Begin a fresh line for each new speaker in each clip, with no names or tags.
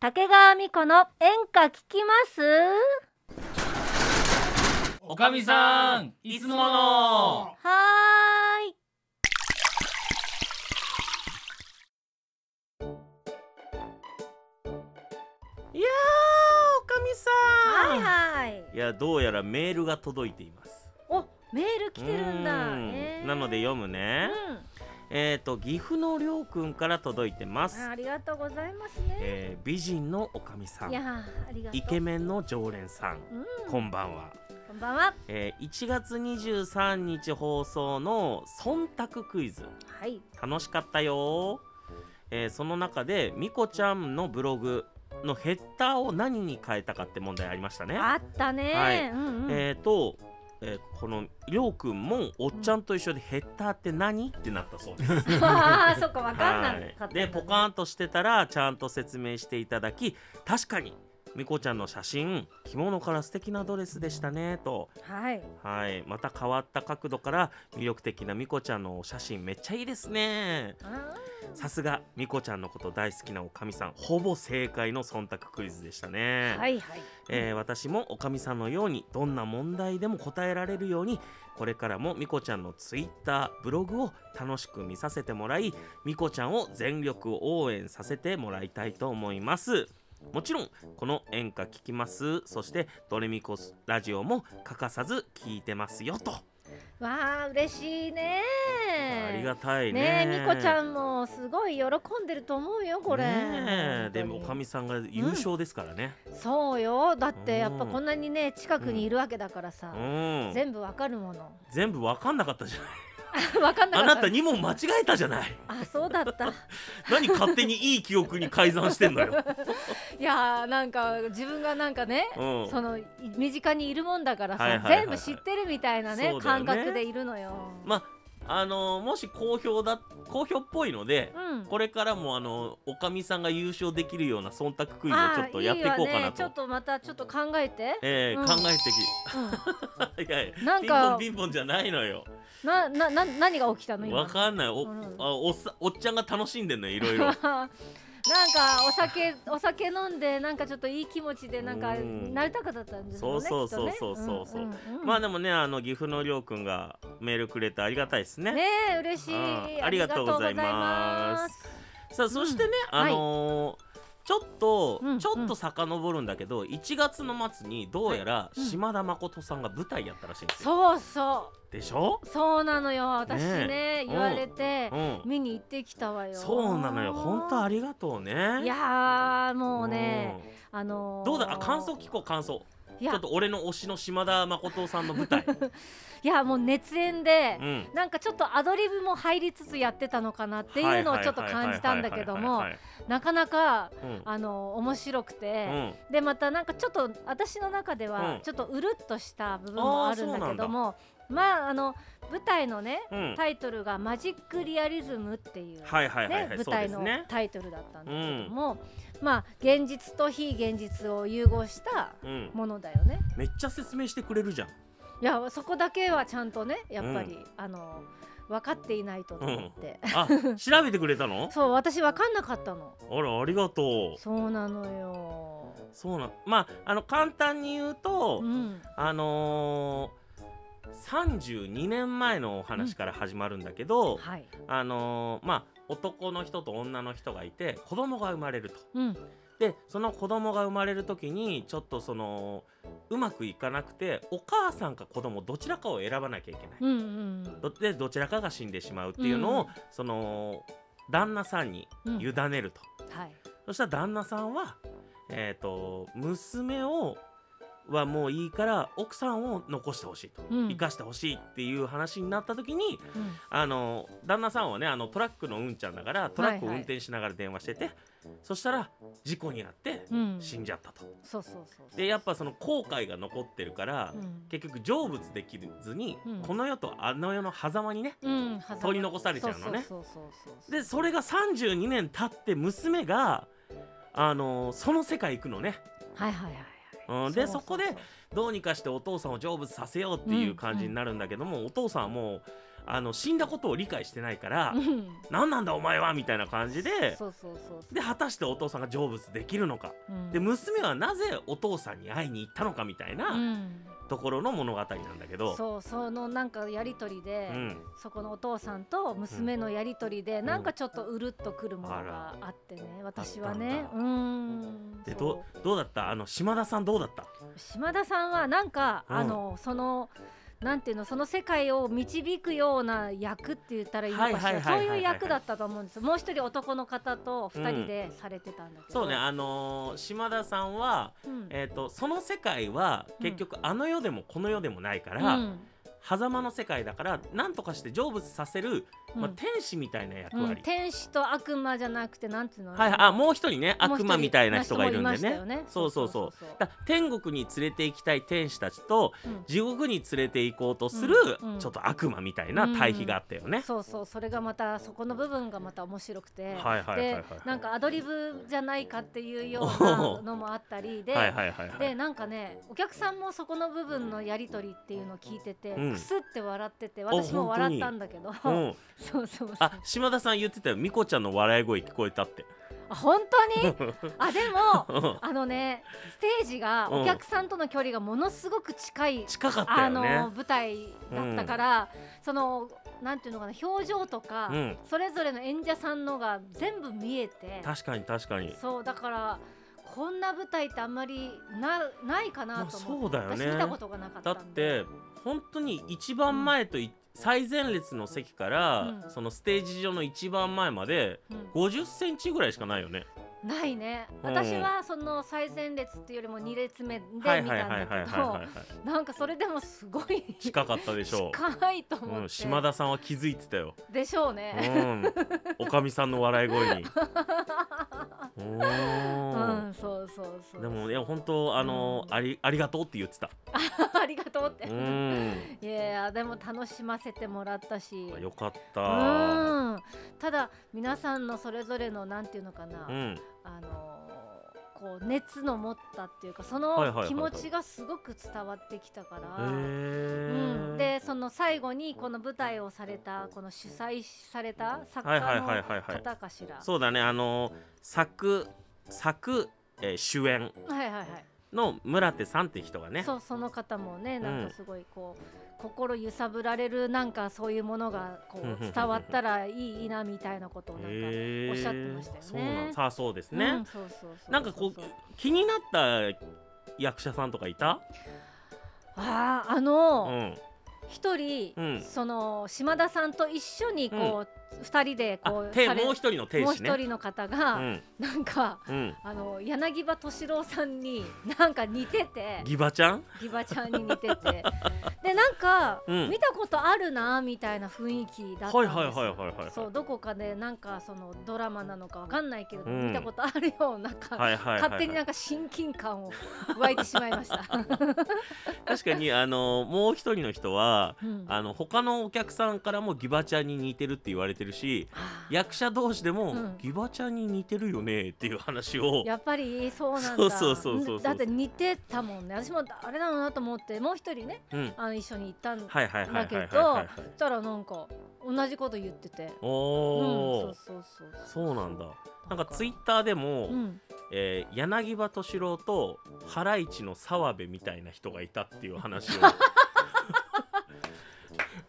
竹川美子の演歌聞きます
おかみさんいつもの
はーい
いやーおかみさ
はい
ん、
はい
い、やどうやらメールが届いています
おメール来てるんだ
うーん
へー
なので読む
う
ね、
ん
えっ、と岐阜のりょうくんから届いてます
あありがとうございますね
えー美人のおかみさ
いや
ん
ーありがとう
イケメンの常連さん
うん
こんばんは、
こんばんは
えー1月23日放送の忖度クイズ
はい
楽しかったよー、えーその中でみこちゃんのブログのヘッダーを何に変えたかって問題ありましたね
あったね
はい
うんうん
えー、と、えーこのりょうくんもおっちゃんと一緒でヘッダーって何ってなったそうです。
あーそっかわかんな
はい
かった
い、でポカーンとしてたらちゃんと説明していただき確かにみこちゃんの写真着物から素敵なドレスでしたねと、
はい
はい、また変わった角度から魅力的なみこちゃんのお写真めっちゃいいですね
あ
さすがみこちゃんのこと大好きなおかみさんほぼ正解の忖度クイズでしたね。
ーはいはい
えー私もおかみさんのようにどんな問題でも答えられるようにこれからもみこちゃんのツイッターブログを楽しく見させてもらいみこちゃんを全力応援させてもらいたいと思いますもちろんこの演歌聴きますそしてドレミコスラジオも欠かさず聞いてますよと、
わあ嬉しいね
ありがたい
ね
ね
えみこちゃ
ん
んもすごい喜んでると思うよこれ、
ねえでもお
本当
か
に
みさんが優勝ですからね
そうよだってやっぱ
うん
こんなにね近くにいるわけだからさ
う、ん、
全部わかるもの
全部分かんなかったじゃない
わかんな
あ
か
な
った
た2問間違えたじゃない
あそうだった
何勝手にいい記憶に改ざんしてんの よ。
いやーなんか自分がなんかね、
うん、
そのい身近にいるもんだからさ、
はいはいはいはい
全部知ってるみたいなね
そうだよ
感
ね
覚でいるのよ、
まああのーもし好評だ好評っぽいので、
うん
これからもあのーおかみさんが優勝できるような忖度クイズをちょっとやっていこうか
あーいいわ
な
ねち
と。
ょっとまたちょっと考えて、
えー
うん
考えて
う
き いやいや
ん、なんか
ピンポンピンポンじゃないのよ
ななな何が起きたの今
わかんないお
うん
あおっさんおっちゃんが楽しんでんのよいろいろ
なんかお酒お酒飲んでなんかちょっといい気持ちでなんか
うん
なりたかったんですよね。
そうそう
きっとね
そうそうそうそうん
んん
まあでもねあの岐阜のりょうくんがメールくれてありがたいですね
ねえ嬉しい
うんありがとうございます。さあそしてね、
うん
あのーちょっと、
うん
ちょっと遡るんだけど1月の末にどうやら
いうん
島田誠さんが舞台やったらしいんですよ、
そうそ
でしょ
う、そうなのよ私ね
ねえ
言われて
うん、
見に行ってきたわよ。
そうなのよ本当ありがとうね
いやーもうね、
ん
あのー
どうだあ感想聞こう感想
い
ちょ
や
っと俺の推しの島田誠さんの 舞台、
いやもう熱演で
う。ん、っ
なんかちょっとアドリブも入りつつやってたのかなっていうのをちょっと感じたんだけどもなかなか
うん
あの面白く
う
て、
ん
でまたなんかちょっと私の中で
う
は
ん
ちょっとうるっとした部分もあるんだけども、まああの舞台のね
うん
タイトルが「マジックリアリズム」っていう、
はいはい
ね
はいはい、
舞
そうで
台
す
の
ね
タイトルだったんだけども、まあ現実と非現実を融合した
うん、
ものだよね。
めっちゃ説明してくれるじゃん、
いやそこだけはちゃんとねやっぱり、あの分かっていないとと思って、
あ調べてくれたの
そう私分かんなかったの。
あらありがとう
そうなのよ。
そうなんまああの簡単に言うと、
うん、
あのー、32年前のお話から始まるんだけど、
はい、
あのーまあ男の人と女の人がいて子供が生まれると。
うん、
でその子供が生まれる時にちょっとそのうまくいかなくてお母さんか子供どちらかを選ばなきゃいけない。
うんうんうん
どでどちらかが死んでしまうっていうのを、
うん
その旦那さんに
うん
委ねると。
はい
そしたら旦那さんは、えー、と娘をはもういいから奥さんを残してほしいと、
うん
生かしてほしいっていう話になった時に
うん
あの旦那さんはねあのトラックのうんちゃんだからトラックを
はいはい
運転しながら電話してて、そしたら事故に遭って
うん、
死んじゃったと。
そうそうそうそう
でやっぱその後悔が残ってるから、
うん
結局成仏できずに、
うん
この世とあの世の狭間にね
うん、
取り残されちゃうのね
そうそうそうそうそう
でそれが32年経って娘があのその世界行くのね。
はいはいはいはい、
うんで
ううう
そこでどうにかしてお父さんを成仏させようっていう感じになるんだけども、お父さんはもうあの死んだことを理解してないから
うん
何なんだお前はみたいな感じで
そうそうそうそう
で果たしてお父さんが成仏できるのか
うん
で娘はなぜお父さんに会いに行ったのかみたいうなんところの物語なんだけど、
そうそのなんかやり取り
う
で、
ん、
そこのお父さんと娘のやり取りで、
ん
なんかちょっとうるっとくるもの
あら
があってね、私はね
あったん
うーん
で
そ
どどうだったあの島田さんどうだった
う島田さんはなんか、
うん
あのそのなんていうのその世界を導くような役って言ったらいいのかしら、
はいはいはいはいはい
そういう役だったと思うんですもう一人男の方と二人でされてたんだけど、
そうねあのー島田さんは、
うん
えー、とその世界は結局あの世でもこの世でもないか
う
ら、
ん
狭間の世界だからなんとかして成仏させる、
うん
まあ、天使みたいな役
うん
割、
天使と悪魔じゃなくてなんていうの、
はいはい、あもう一人ね
もう一
悪
人
魔みたいな人がいるん
まあ
で
人もいました
ね
よね
そうそうそう
そうそうそう
だから天国に連れて行きたい天使たちと
うん
地獄に連れて行こうとする、
うんうん
ちょっと悪魔みたいな対比があったよね、
そうそうそれがまたそこの部分がまた面白くて、
はいはいはいはい
でなんかアドリブじゃないかっていうようなのもあったりで。
はいはいはいはい
でなんかねお客さんもそこの部分のやり取りっていうのを聞いてて、
うん
くすって笑ってて私も笑ったんだけど、
うん、
そうそうそう
あ島田さん言ってたよミコちゃんの笑い声聞こえたって
あ本当に あでも
うん
あのねステージが
うん
お客さんとの距離がものすごく近い
近かった
あ
よ
の
ね
舞台だったから、そのなんていうのかな表情とか、
うん
それぞれの演者さんのが全部見えて
確かに確かに
そうだからこんな舞台ってあんまりなないかなと思って、
まあそうだよね
私見たことがなかっ
だ
た
っ
んで
て本当に一番前とい、最前列の席から、
うん
そのステージ上の一番前まで
う
50センチぐらいしかないよね
んないね、
うん
私はその最前列っていうよりも2列目で見
は
た
い
ん
はいはいはいは
だ
い
け
は
ど
い
なんかそれでもすごい
近かったでしょう
近いと思って、
うん、島田さんは気づいてたよ、
でしょう
う
ね、
ん、おかみさんの笑 い声にお
う
ー
ん、そうそうそう
でもいや本当あの、
うん
ありありがとうって言ってた、
ありがとうって、
うん、
いやでも楽しませてもらったし
よかった
うんただ皆さんのそれぞれのなんていうのかな、
うん、
あのーこう熱の持ったっていうかそ
はいはいはいは
の
い
気持ちがすごく伝わってきたから。
へ
うん、
ー
でその最後にこの舞台をされたこの主催された作
はい
家
はいはい
の
はいはい
方かしら。
そうだねあの作作、えー主演
はいはいはい。
の村手さんって人がね
そうその方もねなん
うん
かすごいこう、心揺さぶられるなんかそういうものがこ
うんうんうんうん
う伝わったらいいなみたいなことをなんか
へー
おっしゃってましたよね。
そうなんさあそうです
う
ね
ん、そうそうそうそう
なんかこう気になった役者さんとかいた
あーあ
う
の
ん
一、人、
うん
その島田さんと一緒にこう二、人で
あ
こう
て
され
もう一人の天
もう
使ね
一人の方が、
うん
なんか
うん
あの柳葉敏郎さんになんか似てて
ギバちゃん
ギバちゃんに似ててでなんか、
うん
見たことあるなみたいな雰囲気だったん
はい
です
はいはいはいはい
そうどこかでなんかそのドラマなのかわかんないけれど、
うん
見たことあるようなか、
はいはいはいはい
勝手になんか親近感を湧いてしまいま した。
確かにあのもう一人の人は
うん
あの他のお客さんからもギバちゃんに似てるって言われてるし役者同士でも、
うん
ギバちゃんに似てるよねっていう話を
やっぱりそうなんだ
そうそうそうそうそうん
だって似てたもんね私もあれなのなと思ってもう一人ね
うん
あの一緒に行ったんだ
はいはいはいはい
け
はい
ど
は
そ
いはい
したらなんか同じこと言ってて
お
うんそ
お、
うそうそう
そうなんだなんかツイッ
タ
ターでも、
うん
えー柳葉敏郎とハライチの澤部みたいな人がいたっていう話 を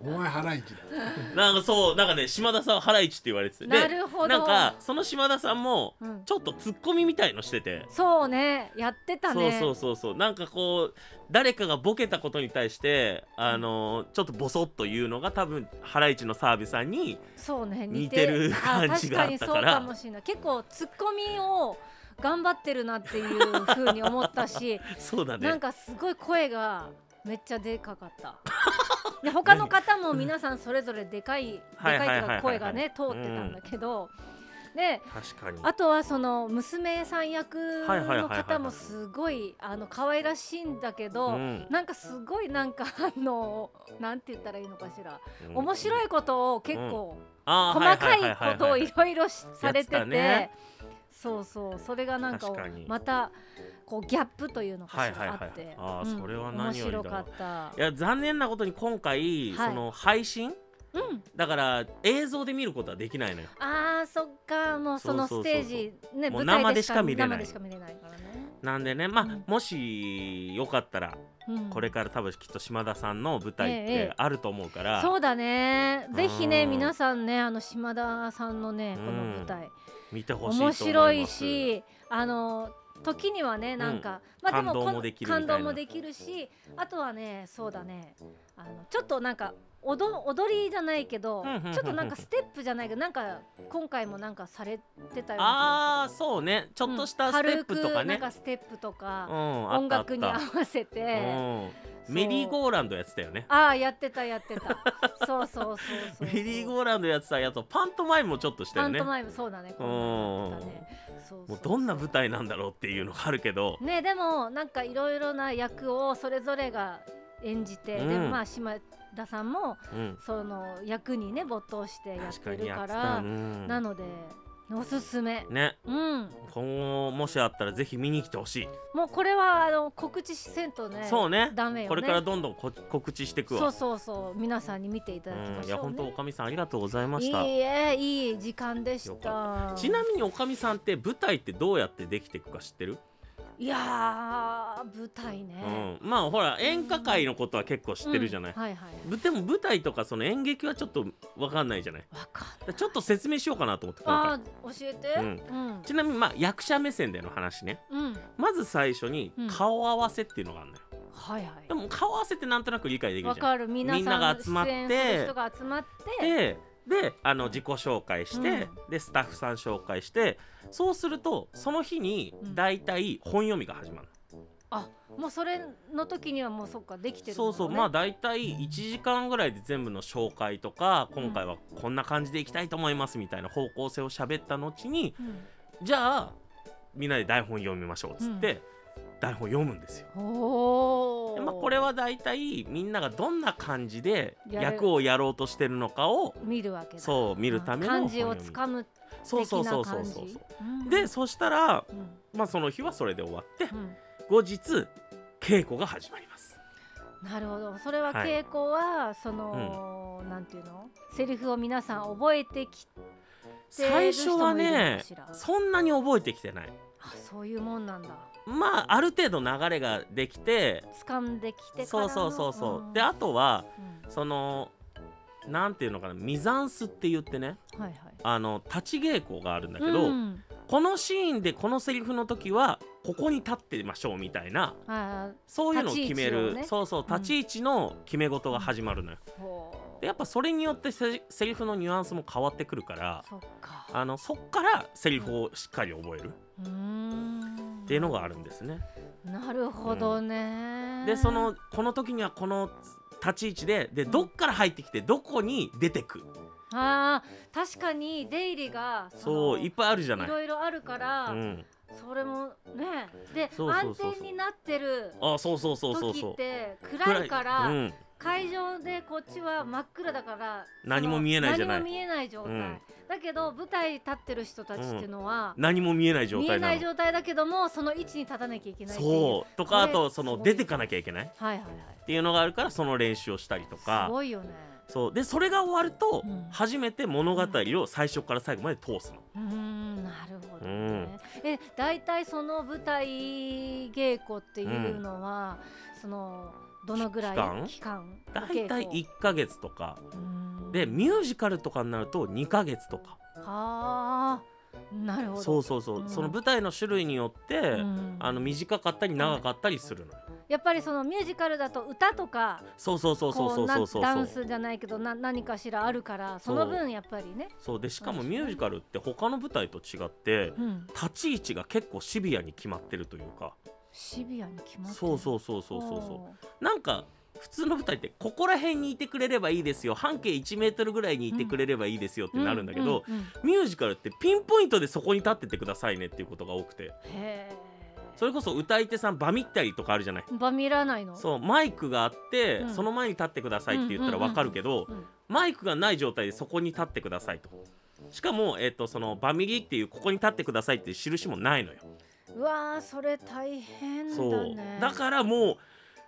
お前腹いきだ
なんかそうなんかね島田さんはハライチって言われてて
な
で
るほど
なんかその島田さんも
うん
ちょっとツッコミみたいのしてて。
そうねやってた
そう
ね
そうそうそうなんかこう誰かがボケたことに対してあのーちょっとボソッと言うのが多分ハライチの澤部さんに
そうね
似てる感じがあ
確か
ったから
にそうかもしれない結構ツッコミを頑張ってるなっていうふうに思った し
そうだ
なん
ね
かすごい声がめっちゃでかかったで他の方も皆さんそれぞれでか いで
は
か
い
い
は
と
いはいはい
いうか声がね通ってたんだけど、で
確かに
あとはその娘さん役
はいはいはい
の
はい
方もすごいあの可愛らしいんだけど、
うん
なんかすごいなんかあのなんて言ったらいいのかしら、
うん
面白いことを結構、
あー
細かいことを
はいはいはいはい
いろいろしされて
や
て
ってたね
そうそうそれがなんか
確かに
またこうギャップというのかし
はいは
らあ
いはい
って
あー
うん
それは何よりだ
面白かった
いや残念なことに今回、
はい
その配信
うん
だから映像で見ることはできないのよ
あーそっかもうその
そ
ス
うそうそ
テ
う
ージね
もう
舞
生
台
で
で
し
し
か
か
見
見
れ
れ
な
ないい生でしか見れないからね、
なんでねまあ、
うん
もしよかったら
うん
これから多分きっと島田さんの舞台っ
え
て
え
あると思うから、
そうだねぜひね
うん
皆さんねあの島田さんのねこの舞台、
見てほしいと思い
面
ます
白いしあの時にはねなんか、まあでも
感動
こ
もできるみた
感
いな
動もできるしあとはねそうだねあのちょっとなんか踊踊りじゃないけど
うんうんうんうん
ちょっとなんかステップじゃないけどなんか今回もなんかされてたような
あーそうねち
ち
ょっとしたステップとか
なん
ね、
かステップと
うん
か、
あ
音
ったあっ
楽に合
た
わせて、
うん、メリー
ー
ゴーランドやってたよね
ああやってたやってたそうそうそうそう
メリーゴーランドやってたやつとパントマイムもちょっとしたよ
パン
ね
トマイムそうだねこんなのやってたねそうそう
もうどんな舞台なんだろうっていうのがあるけど、
ねでもなんかいろいろな役をそれぞれが演じて、
うん
でまあ島田さんも
うん、
その役にね没頭してやっ
確か
て
に
る
やっ
か
て
ら
た、うん、
なのでおすすめ
ね
うん
今後もしあったらぜひ見に来てほしい、
もうこれはあの告知せんとね
そうね
ダメよね
これからどんどんこ告知していくわ
そうそうそう皆さんに見ていただき
う
ま
ん、
しょう、
い
ね
や本当おかみさんありがとうございました
いいえいい時間でし
よ
た
ちなみにおかみさんって舞台ってどうやってできていくか知ってる、
いやー舞台ね、
うん、まあほら演歌界のことは結構知ってるじゃない、
うんはいはい
ぶでも舞台とかその演劇はちょっと分かんないじゃない
わかん
だからちょっと説明しようかなと思って今
あ
回
ー教えてうん
ちなみにまあ役者目線での話ね
うん
まず最初に
うん
顔合わせっていうのがあるのよ、
はいは
でも顔合わせってなんとなく理解で
い。
きる
わ
じゃん
かる。皆さん
みんなが集まって
出演する人が集まって。
でであの自己紹介して、でスタッフさん紹介してそうするとその日に
うん
大体本読みが始まる
あ、もうそれの時にはもうそっかできてる、ね。
そうそうまあ大体1時間ぐらいで全部の紹介とか今回はこんな感じでいきたいと思いますみたいな方向性を喋った後にじゃあみんなで台本読みましょうっつって、台本読むんですよ。
うん。お
で
お。
まあ、これは大体みんながどんな感じで
やる
役をやろうとしてるのかを
見るわけだ。う。
そう見るための
感じを
本
つ
読み
かむ的
そうそうそ
な
うそう
感じ。
そうそう
うん
で、そしたら、
うん
まあ、その日はそれで終わって
うん
後日稽古が始まります。
なるほど。それは
はい
稽古はその、なんていうの？セリフを皆さん覚えてきてい
最
る
初
人
は
もいるの
ね
かしら。
そんなに覚えてきてない。
あ、そういうもんなんだ。
まあある程度流れができて
掴んできてか
そ
ら
う
の。
そうそうそう、
ん
であとは
うん
そのなんていうのかなミザンスって言ってね
はいはい。
あの立ち稽古があるんだけど、
うん
このシーンでこのセリフの時はここに立ってましょうみたいな
あ
そういうのを決める、
立ち位置をね
そうそう
うん
立ち位置の決め事が始まるのよ、
ーほう
でやっぱそれによってセセリフのニュアンスも変わってくるから
そっか
あのそっからセリフをしっかり覚えるっ
うーん
ていうのがあるんですね、
なるほどね、
でそのこの時にはこの立ち位置でで
うん
どっから入ってきてどこに出てく
あー確かに出入りがの
そういっぱいあるじゃない
い。ろいろあるから、
うん、
それもねで
そうそうそうそう
暗転になってる
あそうそうそうそう
時
そ
っ
う。
て暗いから、
うん、
会場でこっちは真っ暗だから
何も見えないじゃない
何も見えない状態、
うん
だけど舞台立ってる人たちっていうのは、
何も見えない状
見え
態な
ない
の。
状態だけどもその位置に立たなきゃいけないってい
そうとか
こ
あ
れ
とそ
す
の
ごい
出てかなきゃいけないっ
はいはいはい
ていうのがあるからその練習をしたりと
す
か
ごいよね
そうでそれが終わると、
うん
初めて物語を最初から最後まで通すの。
うーんなるほどね。え大体その舞台稽古っていうのは、そのどのぐらい
期間
期間
だいた
稽
い
古
1ヶ月とか
うーん
でミュージカルとかになると2ヶ月とか
はあなるほど
そうそうそう、
うん
その舞台の種類によって、
うん
あの短かったり長かったりするのよ。
やっぱりそのミュージカルだと歌とか
そうそうそうそう
こ
そうう
な
そうそう
ダンスじゃないけどな何かしらあるからその分やっぱりね、
そうでしかも
そう
ミ
ですね
ュージカルって他の舞台と違って
うん、
立ち位置が結構シビアに決まってるというか
シビアに決まってる
そうそうそうそうそうそうなんか普通の舞台ってここら辺にいてくれればいいですよ半径1メートルぐらいにいてくれればいいですよって
う
なるんだけど、
ううんうん
ミュージカルってピンポイントでそこに立っててくださいねっていうことが多くて
へ
それこそ歌い手さん場見ったりとかあるじゃない
えバミらないの
そうマイクがあって、
うん
その前に立ってくださいって言ったらわかるけど、
うん
マイクがない状態でそこに立ってくださいとしかも、えっとそのバミリっていうここに立ってくださいっていう印もないのよ
うわーそれ大変だ
そう
ね
だからもう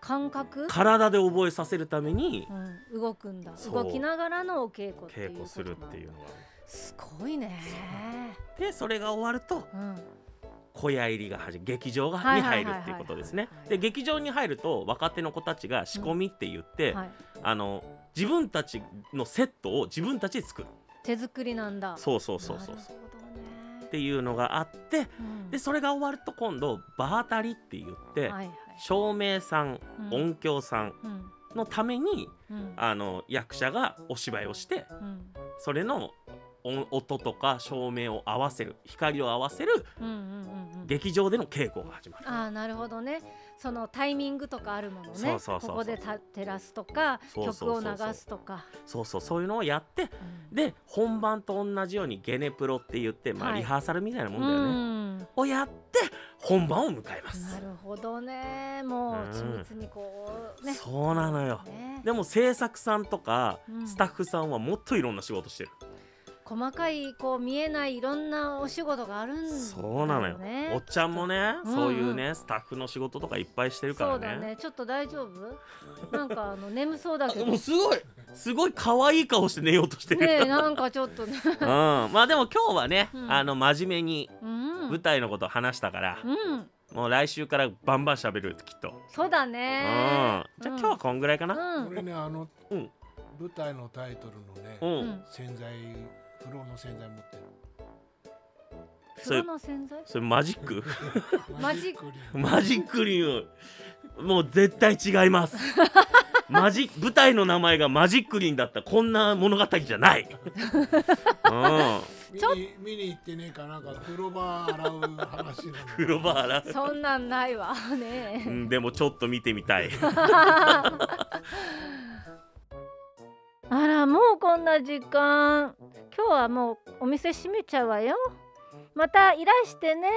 感覚、
体で覚えさせるために
うん、動くんだ
そう
動きながらのお稽古っていう
稽
こと
古するっていう
なんだ
のが
すごいね
でそれが終わると
うん
小屋入りが始まる劇場が
は
に
いは
入
い
る
はいはい
っていうことですね
はい
で劇場に入ると若手の子たちが仕込みって言って、
はい、
あの自分たちのセットを自分たちで作る
手作りなんだ
そうそうそうそう
なる
そう
ほどね
っていうのがあって
うん
でそれが終わると今度場当たりって言って、
はいはい
照明さん
うん
音響さん
うん
のために
うん
あの役者がお芝居をして
うん
それの音音とか照明を合わせる光を合わせる
うんうんうんうん
劇場での稽古が始まる。
ああなるほどねそのタイミングとかあるものね
そうそうそうそう
ここでた照らすとか
そうそうそうそう
曲を流すとか、
そうそうそういうのをやって
うん
で本番と同じようにゲネプロって言って、まあ、
はい
リハーサルみたいなもんだよね、をやって本番を迎
う
えま
んな
す。
るほどねもう
うん
緻密にこうね
そうなのよ
ね
でも制作さんとか
うん
スタッフさんはもっといろんな仕事してる、
細かいこう見えないいろんなお仕事があるんだよね
そうなのよ、おっちゃんもね、
うん
そういうねスタッフの仕事とかいっぱいしてるか
そ
ら
うだ
ね
ねちょっと大丈 夫なんかあの眠そうだけど
もう
ね
すごいすごい可愛い顔して寝ようとしてる、
えなんかちょっとね
うんまあでも今日はね、
うん
あの真面目に
うん
舞台のこと話したから、
うん
もう来週からバンバン喋るきっと、
そうだね
うんじゃあ今日はこんぐらいかな
う
俺ねあの、
うん
舞台のタイトルのね、
うん、
んうん
洗剤風呂の洗剤持ってる
それ
風呂の洗剤
それマジック
マジック
マリー
マジックリウムもう絶対違いますマジ舞台の名前がマジックリンだったこんな物語じゃないうん
見
ちょ
に見に行ってねえかなんか風呂場洗う話なの
風呂場洗う
そんなんないわ
う
ね
んでもちょっと見てみたい
えあらもうこんな時間今日はもうお店閉めちゃうわよまたいらしてね